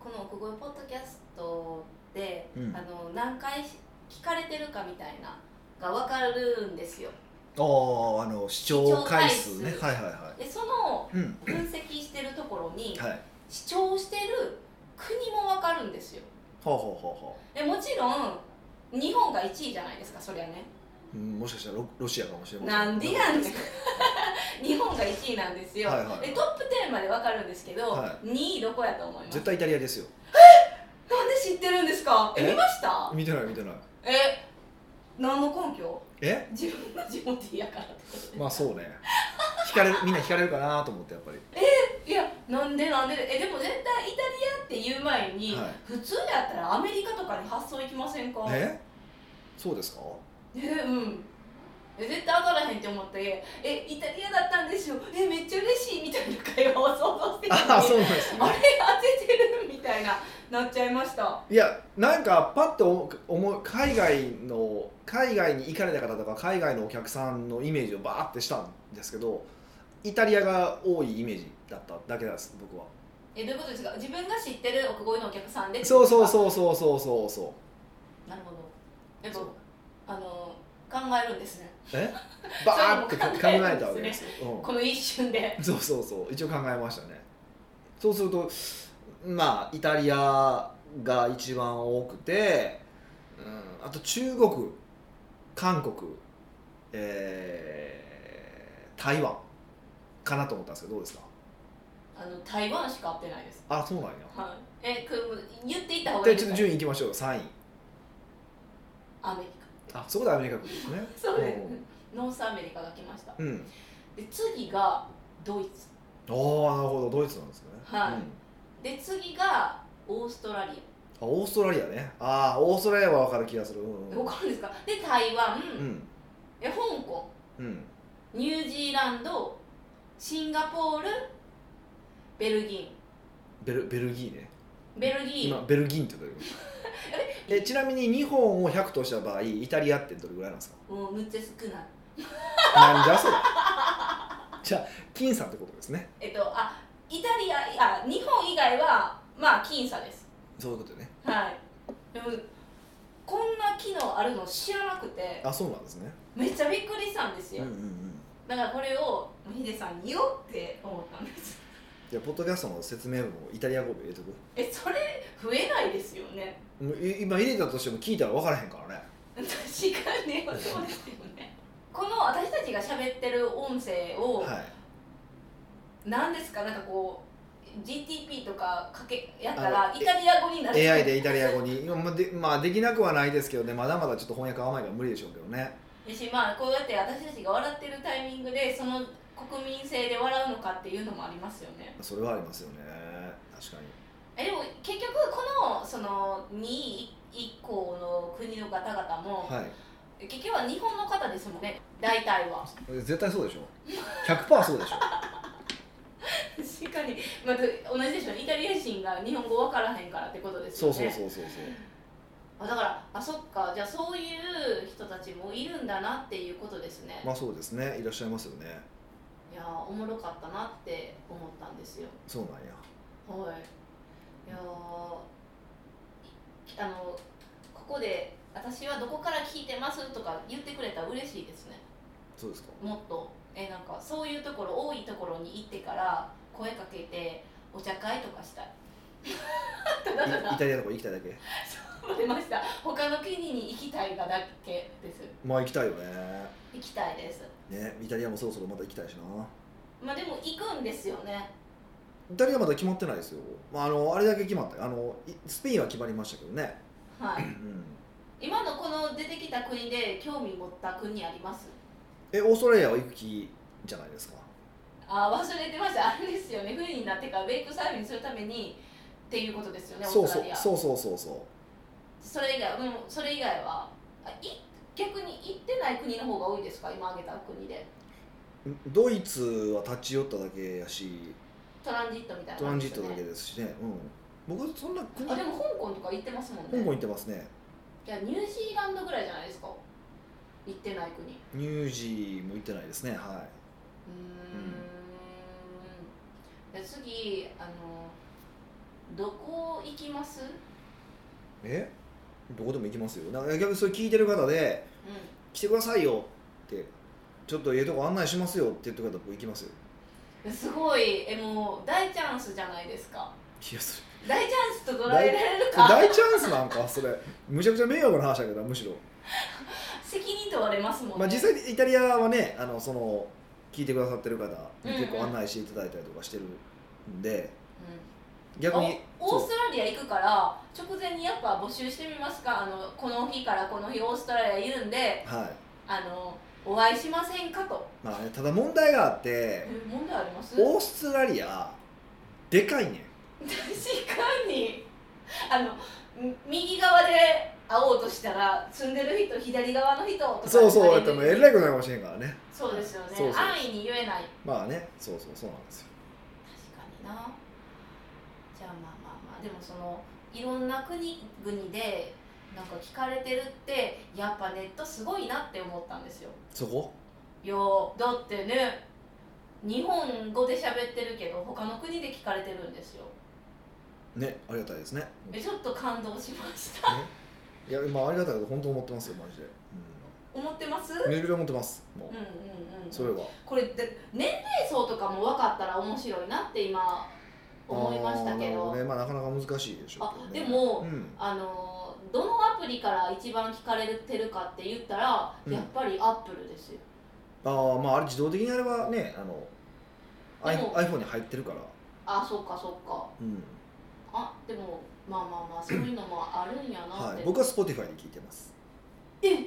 国語ポッドキャストで、うんあの何回聞かれてるかみたいなが分かるんですよあああの視聴回数ね視聴は回いはいはでそのいうん分析してるところにはい視聴してる国も分かるんですよほうほうほうほでもちろん日本が1位じゃないですかそりゃねう、うん、もしかしたらロロシアかもしれませんなんでやん ねん日本が1位なんですよ、はいはいでトップ10まで分かるんですけど、は2位どこやと思います絶対イタリアですよなんで知ってるんですかええ見ました見てない見てないえ何の根拠え自分の地元やからってことでまあそうね惹かれる みんな惹かれるかなと思ってやっぱりいやなんでなんでえでも絶対イタリアって言う前に、はい普通やったらアメリカとかに発想いきませんかえそうです かえうんえ絶対当たらへんって思って「えイタリアだったんですよえめっちゃ嬉しい」みたいな会話を想像してたああのそにうなんですねあれ当ててるみたいななっちゃいましたいやなんかパッと思う思う海外の海外に行かれた方とか海外のお客さんのイメージをバーってしたんですけどイタリアが多いイメージだっただけなんです僕はえどういうことですか自分が知ってる奥越えのお客さんでそうそううそうそうそうそうそなるほどやうっそうぱあの考えるんですねえバーってか考そういうのも考えるんですねえたわけですよ、うんこの一瞬でそうそうそう一応考えましたねそうするとまあイタリアが一番多くて、うん、あと中国韓国、えー台湾かなと思ったんですけどどうですかあの台湾しか合ってないですあそうなんやはいえく言っていった方がいいででちすょっかと順位いきましょう3位アメリあそこでアメリカ国ですねカそうですノースアメリカが来ましたうん、うん、で次がドイツああなるほどドイツなんですねはいうんで次がオーストラリあオーストラリアねああオーストラリアは分かる気がするうんアうんわかるんですかで台湾、うんえ香港うんニュージーランドシンガポールベルギベルベルギーねーベルギー今ベルギーってど れぐらいえちなみに日本を100とした場合イタリアってどれぐらいなんですかもうむっちゃ少ないなんじゃそ れじゃあ金さんってことですねえっとあイタリアあ日本以外はまあ僅差ですそういうことねはいでもこんな機能あるの知らなくてあそうなんですねめっちゃびっくりしたんですうんよ、うんうんだからこれをヒデさんに言おうって思ったんですじゃあポッドキャストの説明文をイタリア語で入れとく えそれ増えないですよねもうい今入れたとしても聞いたら分からへんからね確かにそうですよね この私たちが喋ってる音声をはい何ですかなんかこう GTP とかかけやったあらのイタリア語になる AI でイタリア語に今まあで,、まあ、できなくはないですけどねまだまだちょっと翻訳甘いから無理でしょうけどねやしまあこうやって私たちが笑ってるタイミングでその国民性で笑うのかっていうのもありますよねそれはありますよね確かにえでも結局このその2位以降の国の方々も、はい結局は日本の方ですもんね大体は絶対そうでしょ100%そうでしょ確かに、まあ、同じでしょイタリア人が日本語わからへんからってことですそようねそうそうそうそうあだからあそっかじゃあそういう人たちもいるんだなっていうことですね、まあそうですねいらっしゃいますよねいやーおもろかったなって思ったんですよそうなんやはいいやーいあのここで「私はどこから聞いてます」とか言ってくれたら嬉しいですねそうですかもっとえなんかそういうところ多いところに行ってから声かけてお茶会とかしたいた だたいイだタリアの子行きたいだけ出ました他の国に行きたいがだけですまあ行きたいよね行きたいですねイタリアもそろそろまた行きたいしなまあでも行くんですよね。イタリアまだ決まってないですよ、まあ、あのあれだけ決まったあのいスペインは決まりましたけどねは うい。ん今のこの出てきた国で興味持った国あります？えオーストラリアは行く気じゃないですかあー忘れてました。あれですよね。冬になってからウェイクサーフィンするためにっていうことですよね。オそーうストそうラリア。そうそうそうそそれ以外は、うん、それ以外は、あい逆に行ってない国の方が多いですか？今挙げた国で。うドイツは立ち寄っただけやしトランジットみたいなトラ感ンじジッですトよだけね。ですしね、うん、僕そんな国あ香でも香港とか行ってますもんね。港行ってますねいやニュージーランドぐらいじゃないですか。行ってない国。ニュージーも行ってないですねはいうーんで次あのどこ行きます、えどこでも行きますよだから逆にそれ聞いてる方でう来てくださいよってちょっとええとこ案内しますよって言ってくれたら僕行きますよん、すごいえもう大チャンスじゃないですかいやそれ大チャンスと捉えられる それか大チャンスなんかそれむちゃくちゃ迷惑な話だけどむしろ、責任問われますもんね、まあ、実際にイタリアはねあのその聞いてくださってる方に結うん構うん案内していただいたりとかしてるんでうん逆におオーそうストラリア行くから直前にやっぱ募集してみますかあのこの日からこの日オーストラリアいるんではいあのお会いしませんかとまあねただ問題があってえ問題ありますオーストラリアでかいねん確かにあのみ右側で会おうとしたら住んでる人左側の人とかそうそうやっっててももうえらいことになるかもしれんからねそうですよねそうそう安易に言えないまあねそうそうそうなんですよ確かになじゃあまあまあまあでもそのいろんな国々でなんか聞かれてるってやっぱネットすごいなって思ったんですよそこいやだってね日本語で喋ってるけど他の国で聞かれてるんですよねありがたいですねえちょっと感動しましたいやまあありがたいけど本当思ってますよマジで思ってますうんめちゃくちゃ思ってますもうんうんうんうそれはこれで年齢層とかも分かったら面白いなって今思いましたけあーなるほどねまあなかなか難しいでしょうけあど、ね、でもうん、あのどのアプリから一番聞かれてるかって言ったら、うんやっぱりアップルですよああまああれ自動的にあればねあのアイでも iPhone に入ってるからあそっかそっかうんあでもまあまあまあそういうのもあるんやなっはて、い、僕は Spotify で聞いてますえ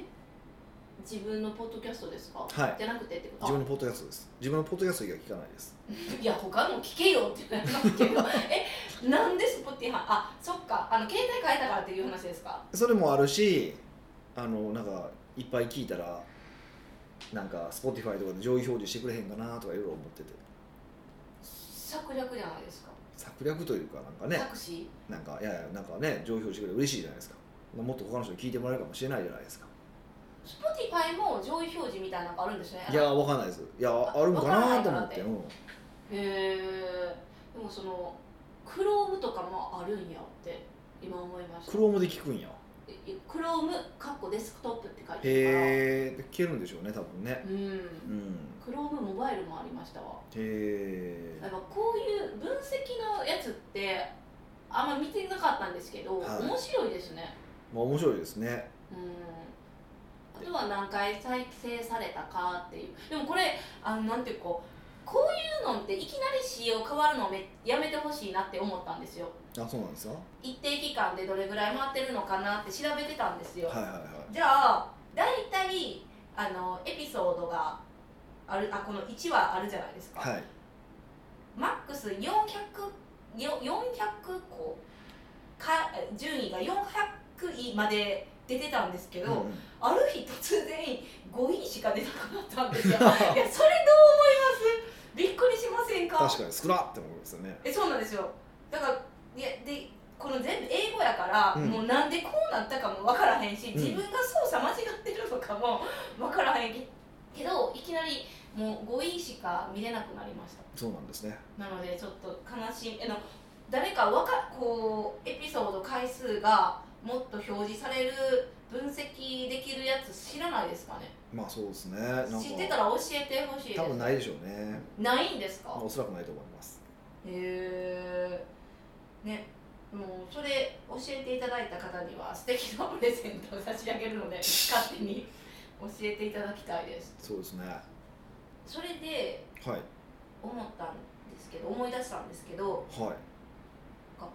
自分のポッドキャストですか、はいじゃなくてってこと自分のポッドキャストです自分のポッドキャスト以外聞かないですいや他の聞けよってなりますけどえなんで Spotify あそっかあの携帯変えたからっていう話ですかそれもあるしあのなんかいっぱい聞いたらなんか Spotify とかで上位表示してくれへんかなとかいろいろ思ってて策略じゃないですか、策略というかなんかね作詞なんかいやいやなんかね上位表示してくれて嬉しいじゃないですかもっと他の人に聞いてもらえるかもしれないじゃないですか Spotify も上位表示みたいなのがあるんですねいやわかんないですいやあるんわかなと思ってからないからってうんへえでもその Chrome とかもあるんやって今思いましたクロームで聞くんやええ Chrome かっこデスクトップって書いてるからへえ聞けるんでしょうね多分ねううんん Chrome モバイルもありましたわへえなんかこういう分析のやつってあんま見てなかったんですけど、はい面白いですねまあ面白いですねうんあとは何回再生されたかっていうでもこれあのなんていうかこういうのっていきなり仕様変わるのめやめてほしいなって思ったんですよあそうなんですか一定期間でどれぐらい回ってるのかなって調べてたんですよ、はいはいはじゃあ大体あのエピソードがあるあこの1話あるじゃないですか、いはいマックス400よ400個か順位が400位まで出てたんですけど、 うんうんある日突然5位しか出なくなったん ですよいやそれどう思いますびっくりしませんか確かに少なって思いますよねえそうなんですよだからいやでこの全部英語やから、うんもうなんでこうなったかも分からへんしん自分が操作間違ってるのかも 分からへんけけどいきなりもう5位しか見れなくなりましたそうなんですねなのでちょっと悲しいえの誰かわかこうエピソード回数がもっと表示される分析できるやつ知らないですかねまあそうですねなんか知ってたら教えてほしいです多分ないでしょうねないんですかおそらくないと思いますへえねもうそれ教えていただいた方には素敵なプレゼントを差し上げる ので勝手に教えていただきたいですそうですねはそれでいはい思ったんですけど思い出したんですけどなんか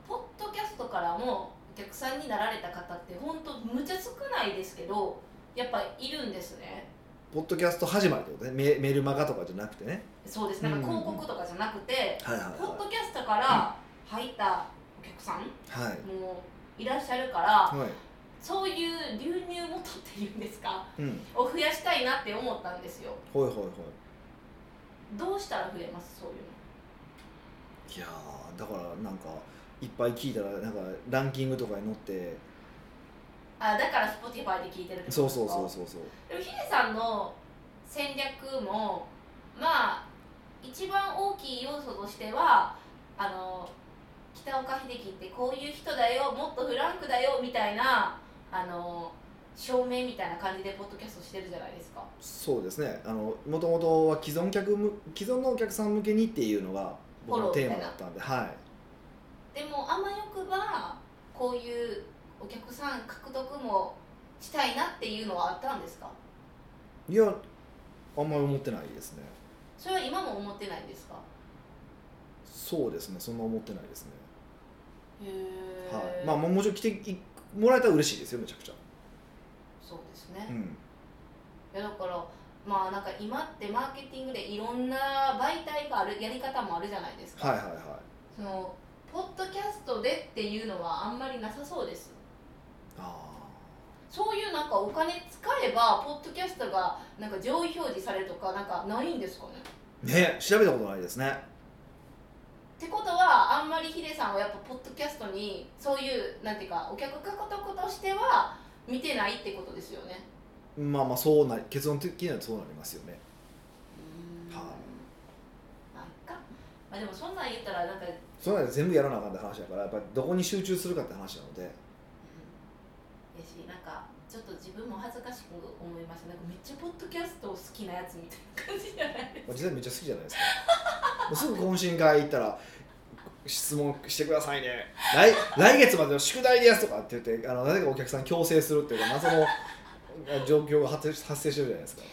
ポッドキャストからもお客さんになられた方って本当むちゃ少ないですけどやっぱいるんですねポッドキャスト始まりってことねメメルマガとかじゃなくてねそうですなんかうんうんう広ん告とかじゃなくて、はいはいポッドキャストから入ったお客さんはいもいらっしゃるから、はい、はいそういう流入元っていうんですかうんを増やしたいなって思ったんですよほいほいほいどうしたら増えますそういうのいやーだからなんかいっぱい聞いたらなんかランキングとかに載ってあだから Spotify で聞いてるってことそうですかそうそうそうそうでもヒデさんの戦略もまあ一番大きい要素としてはあの来北岡秀樹ってこういう人だよもっとフランクだよみたいなあの証明みたいな感じでポッドキャストしてるじゃないですかそうですねあのもともとは既存客む既存のお客さん向けにっていうのが僕のテーマだったんではいでもあまよくばこういうお客さん獲得もしたいなっていうのはあったんですかいやあんまり思ってないですねそれは今も思ってないんですかそうですねそんな思ってないですねへえ、はいまあもうもちろん来ていもらえたら嬉しいですよめちゃくちゃそうですね、ういんやだからまあなんか今ってマーケティングでいろんな媒体があるやり方もあるじゃないですか、はいはいはいそのポッドキャストでっていうのはあんまりなさそうですあそういうなんかお金使えばポッドキャストがなんか上位表示されるとかなんかないんですかねあね調べたことないですねってことはあんまりヒデさんはやっぱポッドキャストにそういうなんていうかお客獲得としては見てないってことですよねまあまあそうな結論的にはそうなりますよねはいまあいっか、まあ、でもそんなん言ったらなんか、うんそれなら全部やらなあかんって話だからやっぱりどこに集中するかって話なのでやしなんかちょっと自分も恥ずかしく思いましたなんかめっちゃポッドキャスト好きなやつみたいな感じじゃないですか実際めっちゃ好きじゃないですかもうすぐ懇親会行ったら質問してくださいね来来月までの宿題ですとかって言ってあのなぜかお客さん強制するっていうか謎の状況が発生発生してるじゃないですか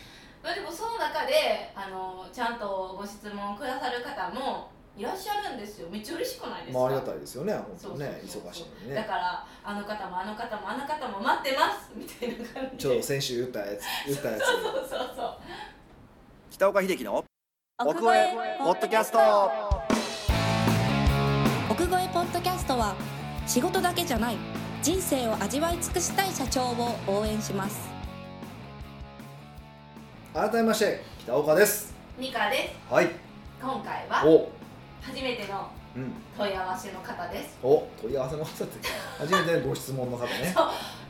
ま あでもその中であのちゃんとご質問くださる方もいらっしゃるんですよめっちゃ嬉しくないですか、まあありがたいですよね本当にねそうそうそう忙しいのにだねからあの方もあの方もあの方も待ってますみたいな感じちょうでど先週言ったやつ言ったやつそうそうそう北岡秀樹の奥越えポッドキャスト奥越えポッドキャストは仕事だけじゃない人生を味わい尽くしたい社長を応援します改めまして北岡ですミカですはい今回はお初めてのうん問い合わせの方ですお問い合わせの方って初めてのご質問の方ね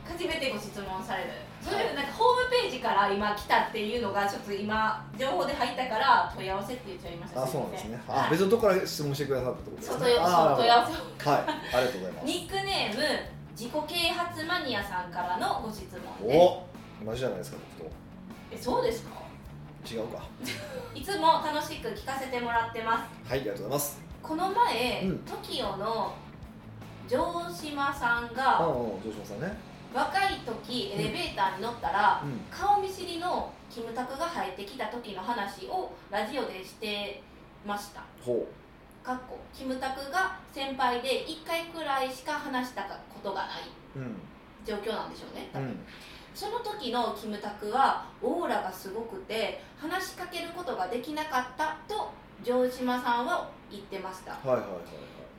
初めてご質問されるそれでなんかホームページから今来たっていうのがちょっと今情報で入ったから問い合わせって言っちゃいましたあそうなんですねはあい別のとこから質問してくださったってことですそうね問い合あわーせ問い合わせをはい、ありがとうございます。ニックネーム自己啓発マニアさんからのご質問ですお、同じじゃないですか、僕えそうですかと。違うか。いつも楽しく聞かせてもらってますはい、ありがとうございます。この前、うん TOKIO の城島さんああ、が上島さんね。若い時エレベーターに乗ったら、うん。顔見知りのキムタクが入ってきた時の話をラジオでしてましたほ。かっこキムタクが先輩で1回くらいしか話したことがないううん。状況なんでしょうね、うん。その時のキムタクはオーラがすごくて話しかけることができなかったと城島さんは言ってましたはいはいはいはい。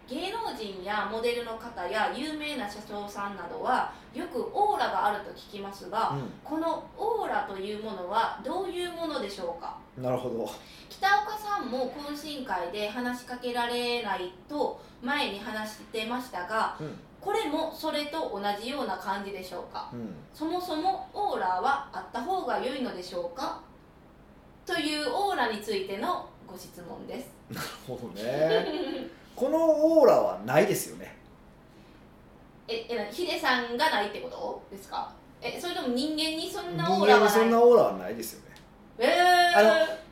芸能人やモデルの方や有名な社長さんなどはよくオーラがあると聞きますが、このオーラというものはどういうものでしょうかうん。なるほど。北岡さんも懇親会で話しかけられないと前に話してましたがうん。これもそれと同じような感じでしょうかうん。そもそもオーラはあった方が良いのでしょうかというオーラについてのご質問ですほどね。このオーラはないですよね。ええヒデさんがないってことですかえそれとも人間にそん人なオーラ間にはそんないなオーラはないですよね。えあ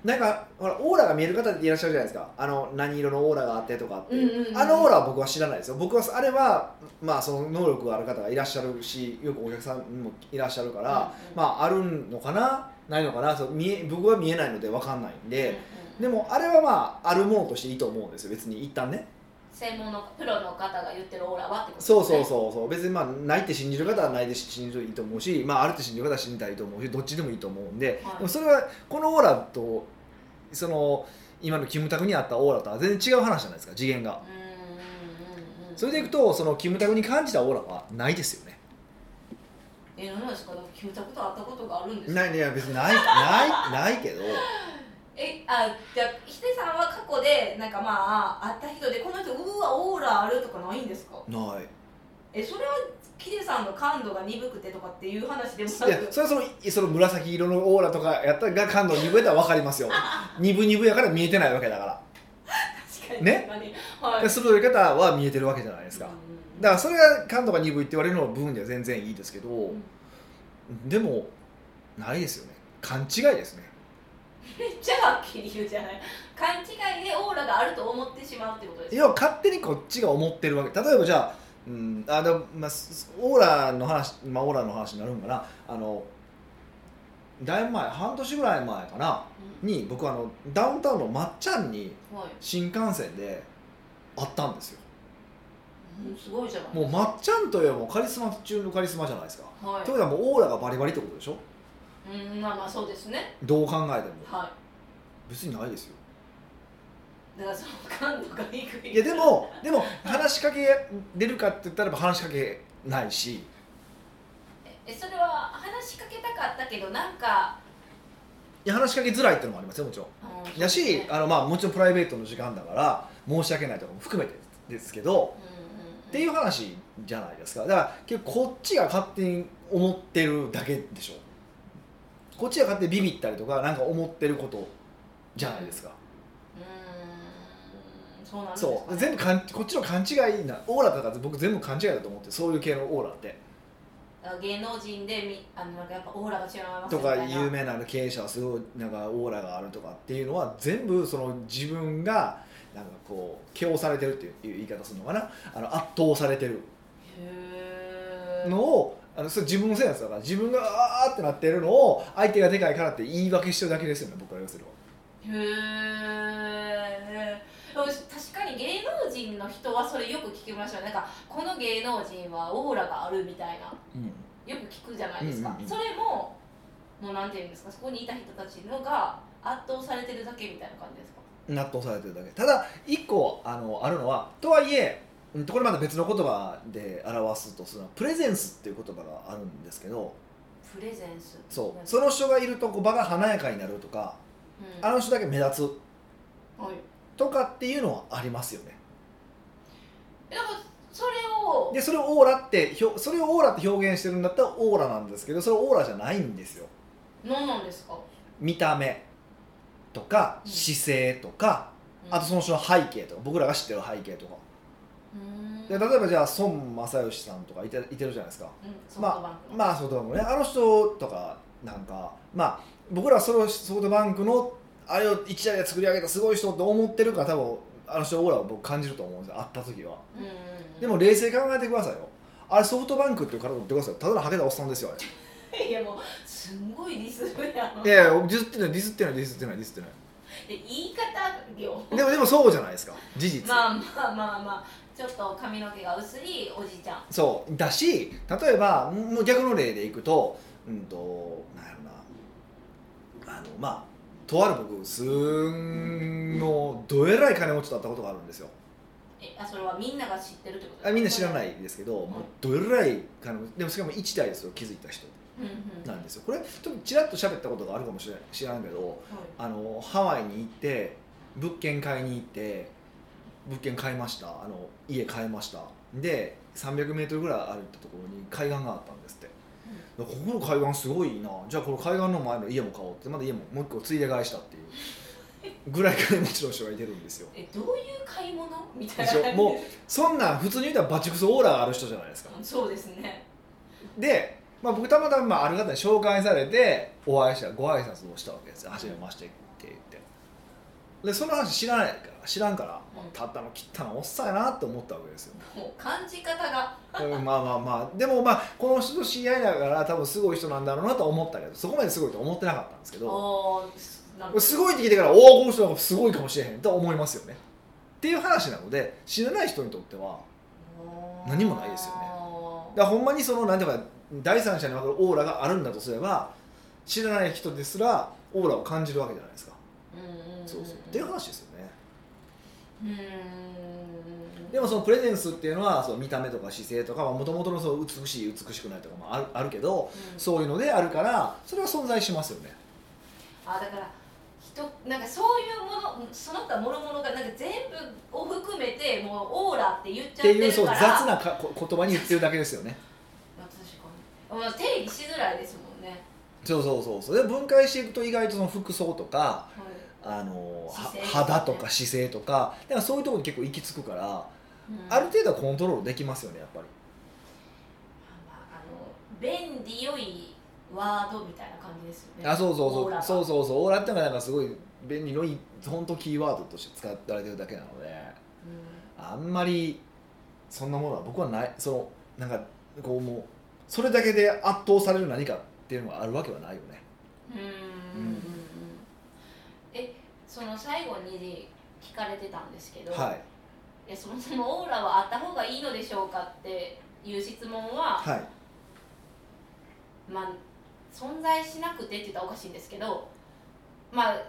ー、なんか、ほら、オーラが見える方っていらっしゃるじゃないですか。あの、何色のオーラがあってとかっていう。うんうんうんあのオーラは僕は知らないですよ。僕は、あれは、まあ、その能力がある方がいらっしゃるし、よくお客さんもいらっしゃるから。まあ、あ、あるのかなないのかなそう見え僕は見えないので分かんないんうんうんで、でもあれはまああるものとしていいと思うんですよ別に一旦ね専門のプロの方が言ってるオーラはってことですねそうそうそうそう別にまあないって信じる方はないで信じるといいと思うし、まあ、あるって信じる方は信じたらいいと思うしどっちでもいいと思うんで,、はいでもそれはこのオーラとその今のキムタクにあったオーラとは全然違う話じゃないですか次元がうんうんうんうんそれでいくとそのキムタクに感じたオーラはないですよねえ何ですかでもキムタクと会ったことがあるんですかないいや別にないないないけどえあじゃあヒデさんは過去でなんかまあ会った人でこの人うわオーラあるとかないんですかないえそれはヒデさんの感度が鈍くてとかっていう話でもないやくそれはそのその紫色のオーラとかやったらが感度鈍いやったら分かりますよ鈍々やから見えてないわけだから確かたいなねなんかはいで鋭い方は見えてるわけじゃないですか、うんだからそれが感度が鈍いって言われるのは部分では全然いいですけど、んでもないですよね勘違いですねめっちゃはっきり言うじゃない勘違いでオーラがあると思ってしまうってことです要は勝手にこっちが思ってるわけ例えばじゃあ,、うんあでもまあ、すオーラの話、まあ、オーラの話になるんかなあのだいぶ前半年ぐらい前かなうに僕はあのダウンタウンのまっちゃんにんはい新幹線で会ったんですようんすごいじゃないもうまっちゃんといえばもうカリスマ中のカリスマじゃないですかはということはもうオーラがバリバリってことでしょいうんまあまあそうですねどう考えてもは別にないですよいだからその感度が低いいやでもでも話しかけれるかって言ったらば話しかけないしえそれは話しかけたかったけどなんかいや話しかけづらいってのもありますよもちろんうんやしあの、まあ、もちろんプライベートの時間だから申し訳ないとかも含めてですけどうんうんうんっていう話じゃないですかだから結構こっちが勝手に思ってるだけでしょこっちが勝手にビビったりとかなんか思ってることじゃないですかうーんそうなんですかねそう全部かんこっちの勘違いなオーラとか僕全部勘違いだと思ってそういう系のオーラってだから芸能人でみあのなんかやっぱオーラが違いますとみたかいな有名な経営者はすごいなんかオーラがあるとかっていうのは全部その自分がなんかこう強されてるっていう言い方するのかなあの圧倒されてるへーのをあのそれ自分のせいなんですよだから自分があーってなってるのを相手がでかいからって言い訳してるだけですよね僕から言わせるへーでも確かに芸能人の人はそれよく聞きましたよなんかこの芸能人はオーラがあるみたいなよく聞くじゃないですか、うんうんうんそれももうなんていうんですかそこにいた人たちのが圧倒されてるだけみたいな感じですかうん、納得されてるだけただ一個あのあるのはとはいえうんとこれまた別の言葉で表すとするのはプレゼンスっていう言葉があるんですけどプレゼンスそうそその人がいるとこう場が華やかになるとかうんあの人だけ目立つはいとかっていうのはありますよねえだからそれをでそれをオーラってひょそれをオーラって表現してるんだったらオーラなんですけどそれオーラじゃないんですよ何なんですか、見た目とかうん姿勢とか、うんあとその人の背景とか僕らが知ってる背景とかうーんで例えばじゃあ孫正義さんとかいていてるじゃないですかうん、ソフトバンクのまあソフトバンクねあの人とかなんかまあ僕らはそれをソフトバンクのあれを一台で作り上げたすごい人って思ってるから多分あの人オーラを僕感じると思うんですよ会った時はうんうんうんでも冷静に考えてくださいよあれソフトバンクっていう体をってくださいよただのハゲたおっさんですよあれいやもうすんごいディスるやんいやいやディスってないディスってないディスってないディスってないで言い方よでもでもそうじゃないですか事実、まあまあまあまあちょっと髪の毛が薄いおじいちゃんそうだし例えばもう逆の例でいくとうんとなんやろなあのまあとある僕すんのどえらい金持ちだったことがあるんですよえあそれはみんなが知ってるってことですかあみんな知らないですけど、もうどえらい金持ちでもしかも1台ですよ気づいた人うんうんなんですよこれちょっとちらっと喋ったことがあるかもしれない知らんけどはいあのハワイに行って物件買いに行って物件買いましたあの家買いましたで 300m ぐらい歩いたところに海岸があったんですって、でここの海岸すごいいいなじゃあこの海岸の前の家も買おうってまだ家ももう一個ついで買いしたっていうぐらい金持ちの人がいてるんですよえどういう買い物みたいでなし感ょじでもうそんなん普通に言うたらバチクソオーラがある人じゃないですか そうですねで、まあ、僕たまたままあある方に紹介されてお会いしたご挨拶をしたわけですよ初めましてって言ってでその話知らないから知らんから、うんたったの切ったのおっさんやなって思ったわけですよもう感じ方がうんまあまあまあでもまあこの人と知り合いだから多分すごい人なんだろうなとは思ったけどそこまですごいとは思ってなかったんですけどおーすなんかすごいって聞いてからおおこの人はすごいかもしれへんと思いますよねっていう話なので知らない人にとってはおー何もないですよねだからほんまにそのなんていうか第三者に分かるオーラがあるんだとすれば知らない人ですらオーラを感じるわけじゃないですか、うんうんそうそうっていう話ですよねうーんでもそのプレゼンスっていうのはその見た目とか姿勢とかもともとのその美しい美しくないとかもあるあるけどうんそういうのであるからそれは存在しますよねあだから人なんかそういうものその他もろもろがなんか全部を含めてもうオーラって言っちゃっってていうるそうか雑らなかこ言葉に言ってるだけですよね確かにもう定義しづらいですもんね、そうそうそうそうで分解していくと意外とその服装とかはいあのは姿勢とかね肌とか姿勢とかだからそういうところに結構行き着くから、うんある程度はコントロールできますよねやっぱりまああの便利良いワードみたいな感じですよねあそうそうそオーラうがそうそうそうオーラってのがなんかすごい便利のいい本当キーワードとして使われてるだけなのでうあんまりそんなものは僕はないそのなんかこうもうそれだけで圧倒される何かっていうのがあるわけはないよねんうんうんうんうんえその最後に聞かれてたんですけど、はいいやそもそもオーラはあった方がいいのでしょうかっていう質問は、はいまあ、存在しなくてって言ったらおかしいんですけど、まあ、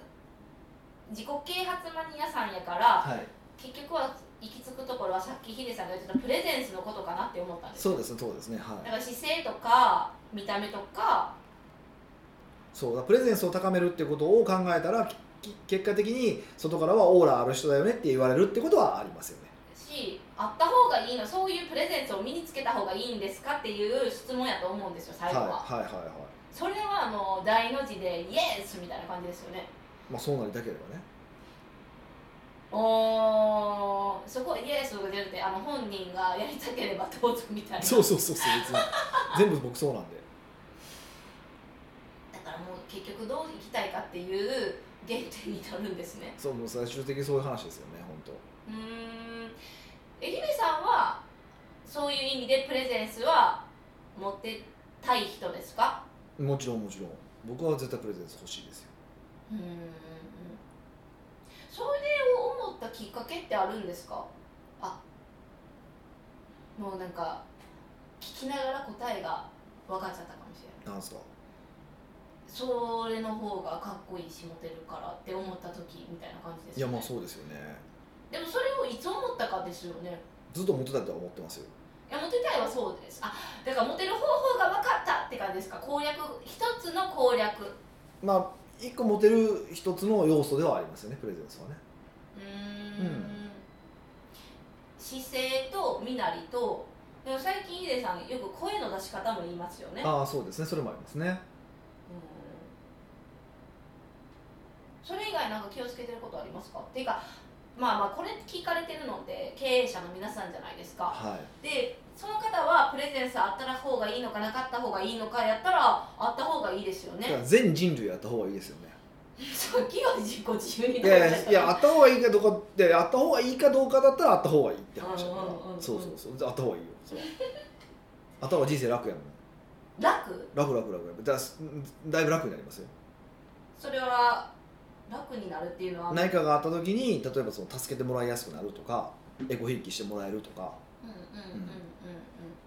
自己啓発マニアさんやから、はい結局は行き着くところはさっきヒデさんが言ってたプレゼンスのことかなって思ったんですそうですねそうですねはいだから姿勢とか見た目とかそうだプレゼンスを高めるってことを考えたらきき結果的に外からはオーラある人だよねって言われるってことはありますよねしあった方がいいのそういうプレゼンスを身につけた方がいいんですかっていう質問やと思うんですよは最い後はは、いはいはいそれはもう大の字でイエスみたいな感じですよねまあそうなりたけれ ばねおーそこイエスが出るってあの本人がやりたければどうぞみたいなそうそうそうそう別に全部僕そうなんでだからもう結局どう生きたいかっていう原点になるんですねそうもう最終的にそういう話ですよね本当うーんえひめさんはそういう意味でプレゼンスは持ってたい人ですかもちろんもちろん僕は絶対プレゼンス欲しいですようーんそれを思ったきっかけってあるんですかあもうなんか聞きながら答えが分かっちゃったかもしれないなんですかそれの方がかっこいいしモテるからって思った時みたいな感じですいよやねまあそうですよねでもそれをいつ思ったかですよねずっと持ってたとは思ってますよいやモテたいはそうですあだからモテる方法が分かったって感じですか攻略一つの攻略まあ一個持てる一つの要素ではありますよねプレゼンスはねうーうんん姿勢と身なりとでも最近ヒデさんよく声の出し方も言いますよねうんああそうですねそれもありますねそれ以外なんか気をつけてることありますかっていうかまあまあこれ聞かれてるので経営者の皆さんじゃないですかはいでその方はプレゼンスあったら方がいいのかなかった方がいいのかやったらあった方がいいですよだかねら全人類やった方がいいですよねさっきは自己自由にいなっやちいゃったやいやあった方がいいかどうかってあった方がいいかどうかだったらあった方がいいって話だから、うんうんうんうんそうそうそうじゃああった方がいいよそうあった方が人生楽やもん楽楽楽楽楽だすだいぶ楽になりますよそれは楽になるっていうのは何かがあった時に例えばその助けてもらいやすくなるとかエコひいきしてもらえるとかうんうんうんう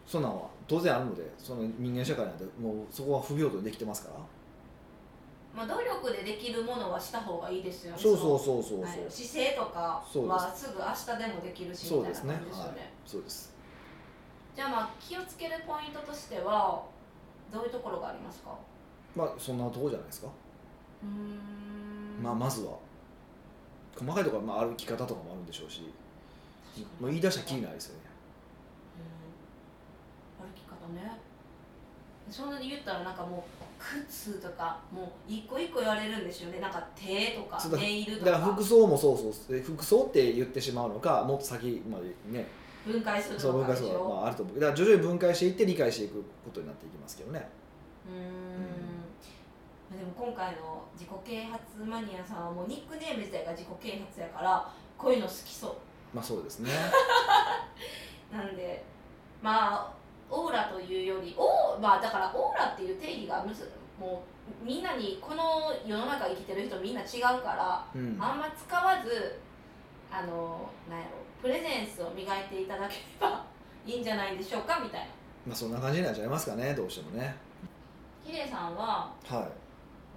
そんなんは当然あるのでその人間社会なんてもうそこは不平等にできてますからんうんまあ努力でできるものはした方がいいですよねそうそうそそうそうそう、のはい姿勢とかそうではすぐ明日でもできるしそみうたいでなすね感じですよはいねそうですじゃあまあ気をつけるポイントとしてはどういうところがありますかまあそんなとこじゃないですか、うーんまあまずは細かいところはまあ歩き方とかもあるんでしょうしもう言い出したらきりないですよねうん歩き方ねそんなに言ったらなんかもう靴とかもう一個一個言われるんですよねなんか手とかそうだネイルとだからか服装もそうそうで服装って言ってしまうのかもっと先までね分解するそうと分か解でしするのか、まょあ、あると思うけどだから徐々に分解していって理解していくことになっていきますけどねうーんでも今回の自己啓発マニアさんはもうニックネーム自体が自己啓発やからこういうの好きそまあそうですねうなんでまあオーラというよりオーまあだからオーラっていう定義がむずもうみんなにこの世の中生きてる人みんな違うから うんあんま使わずあのなんやろプレゼンスを磨いていただければいいんじゃないでしょうかみたいなまあそんな感じになっちゃいますかねどうしてもねヒデさんは、は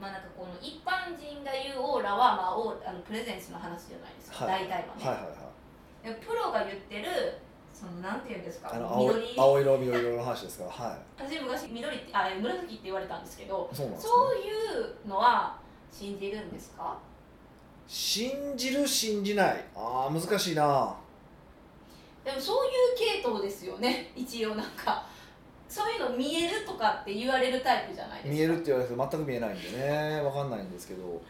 まあ、なんかこの一般人が言うオーラは、まあ、オーあのプレゼンスの話じゃないですか、はい大体はいね、はいはいはいでもプロが言ってるそのなんていうんですかあの青緑青色緑色の話ですからは私昔緑ってあ紫って言われたんですけどいそうなんです、ね、そういうのは信じるんですか信じる信じないあー難しいなでもそういう系統ですよね一応なんかそういうの見えるとかって言われるタイプじゃないですか見えるって言われて全く見えないんでね分かんないんですけどでも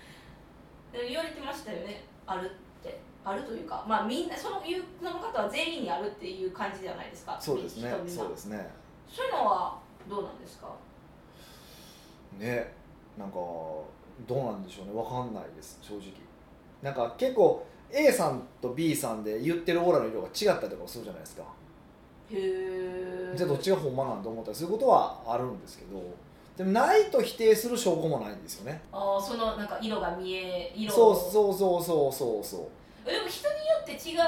言われてましたよねあるってあるというかまあみんなその有その方は全員にあるっていう感じじゃないですかそうですね人みんなそうですねそういうのはどうなんですかねなんかどうなんでしょうねわかんないです正直なんか結構 A さんと B さんで言ってるオーラの色が違ったりとかもするじゃないですかへえじゃあどっちがほんまなんて思ったりすることはあるんですけどでもないと否定する証拠もないんですよねあーそのなんか色が見え色そうそうそうそうそうそうでも人によって違う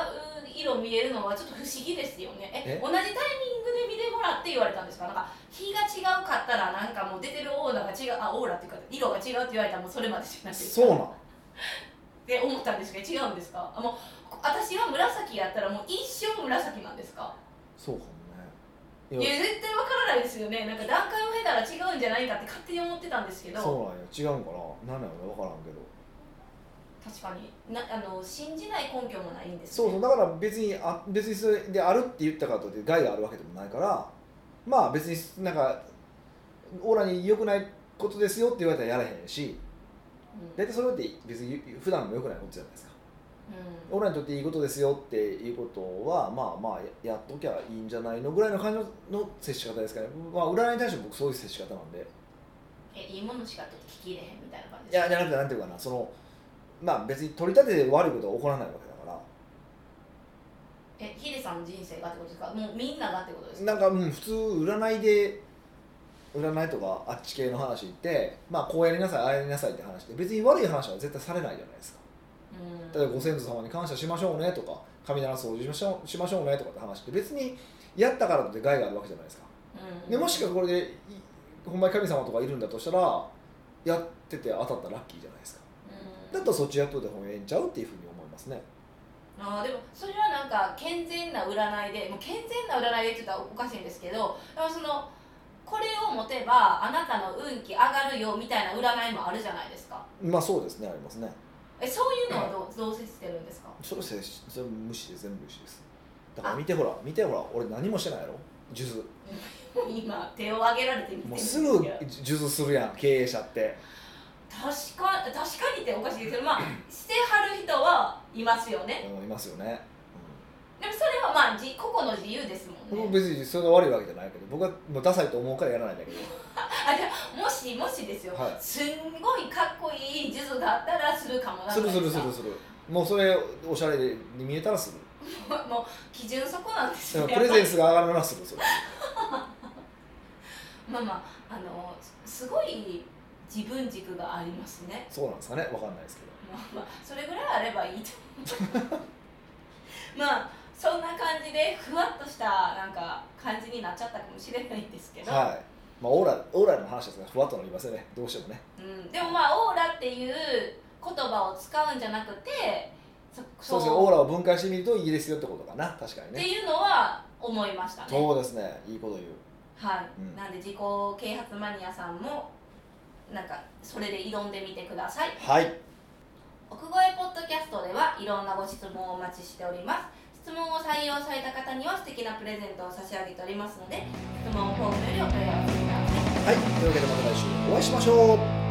色見えるのはちょっと不思議ですよねええ同じタイミングで見てもらって言われたんですかなんか日が違うかったらなんかもう出てるオーラが違うあオーラっていうか色が違うって言われたらもうそれまでしかなくてそうなんって思ったんですけど違うんですかあもう私は紫やったらもう一生紫なんですかそうかもいねや絶対わからないですよねなんか段階を経たら違うんじゃないかって勝手に思ってたんですけどそうなんや違うんかな何なんやろ分からんけど確かになあの信じない根拠もないんですそうそうだから別にあ別にそれであるって言ったからといって害があるわけでもないからまあ別になんかオーラに良くないことですよって言われたらやらへんしうん大体それって別に普段も良くないことじゃないですかうんオーラにとっていいことですよっていうことはまあまあややっときゃいいんじゃないのぐらいの感じのの接し方ですかねまあ占いに対して僕そういう接し方なんでえいいものしか聞き入れへんみたいな感じいやじゃなくてなんていうかなそのまあ別に取り立てて悪いことは起こらないわけだからえヒデさんの人生がってことですかもうみんながってことですかなんか、うん、普通占いで占いとかあっち系の話って、まあ、こうやりなさいああやりなさいって話で別に悪い話は絶対されないじゃないですかうん例えばご先祖様に感謝しましょうねとか神棚掃除しましょうしましょうねとかって話って別にやったからといって害があるわけじゃないですかうんでもしかこれでいほんまに神様とかいるんだとしたらやってて当たったらラッキーじゃないですかうんだったらそっちやっといた方がええんちゃうっていうふうに思いますねあーでもそれはなんか健全な占いでもう健全な占いでって言ったらおかしいんですけどでもそのこれを持てばあなたの運気上がるよみたいな占いもあるじゃないですかまあそうですねありますねえそういうのはどうどう接してるんですかそれせそれ無視で全部無視ですだから見てほら見てほら俺何もしてないやろ数珠今手を挙げられてみてるんもうですすけぐど数珠するやん経営者って確か確かにっておかしいですけどまあしてはる人はいますよねうんいますよね、でもそれはまあじ個々の自由ですうん、もんね僕別にそれが悪いわけじゃないけど僕はもうダサいと思うからやらないんだけどあじゃあもしもしですよ、はいすんごいかっこいい術だったらするかもなするするすなるんかするもうそれおしゃれに見えたらするもう基準そこなんですうよんプレゼンスが上がるならするそれまあまああのすごい自分軸がありますねそうなんですかねわかんないですけどまあまあそれぐらいあればいいと 思うまあそんな感じでふわっとしたなんか感じになっちゃったかもしれないんですけど、はいまあオーラオーラの話ですがふわっとなりますよねどうしてもねうん、でもまあオーラっていう言葉を使うんじゃなくてそそうですねそうオーラを分解してみるといいですよってことかな確かにってねいうのは思いましたねそうですねいいこと言うはい、うんなんで自己啓発マニアさんもなんかそれで挑んでみてくださいはい奥越えポッドキャストではいろんなご質問をお待ちしております質問を採用された方には素敵なプレゼントを差し上げておりますので質問フォームよりお問い合わせくださいはい、というわけでまた来週お会いしましょう。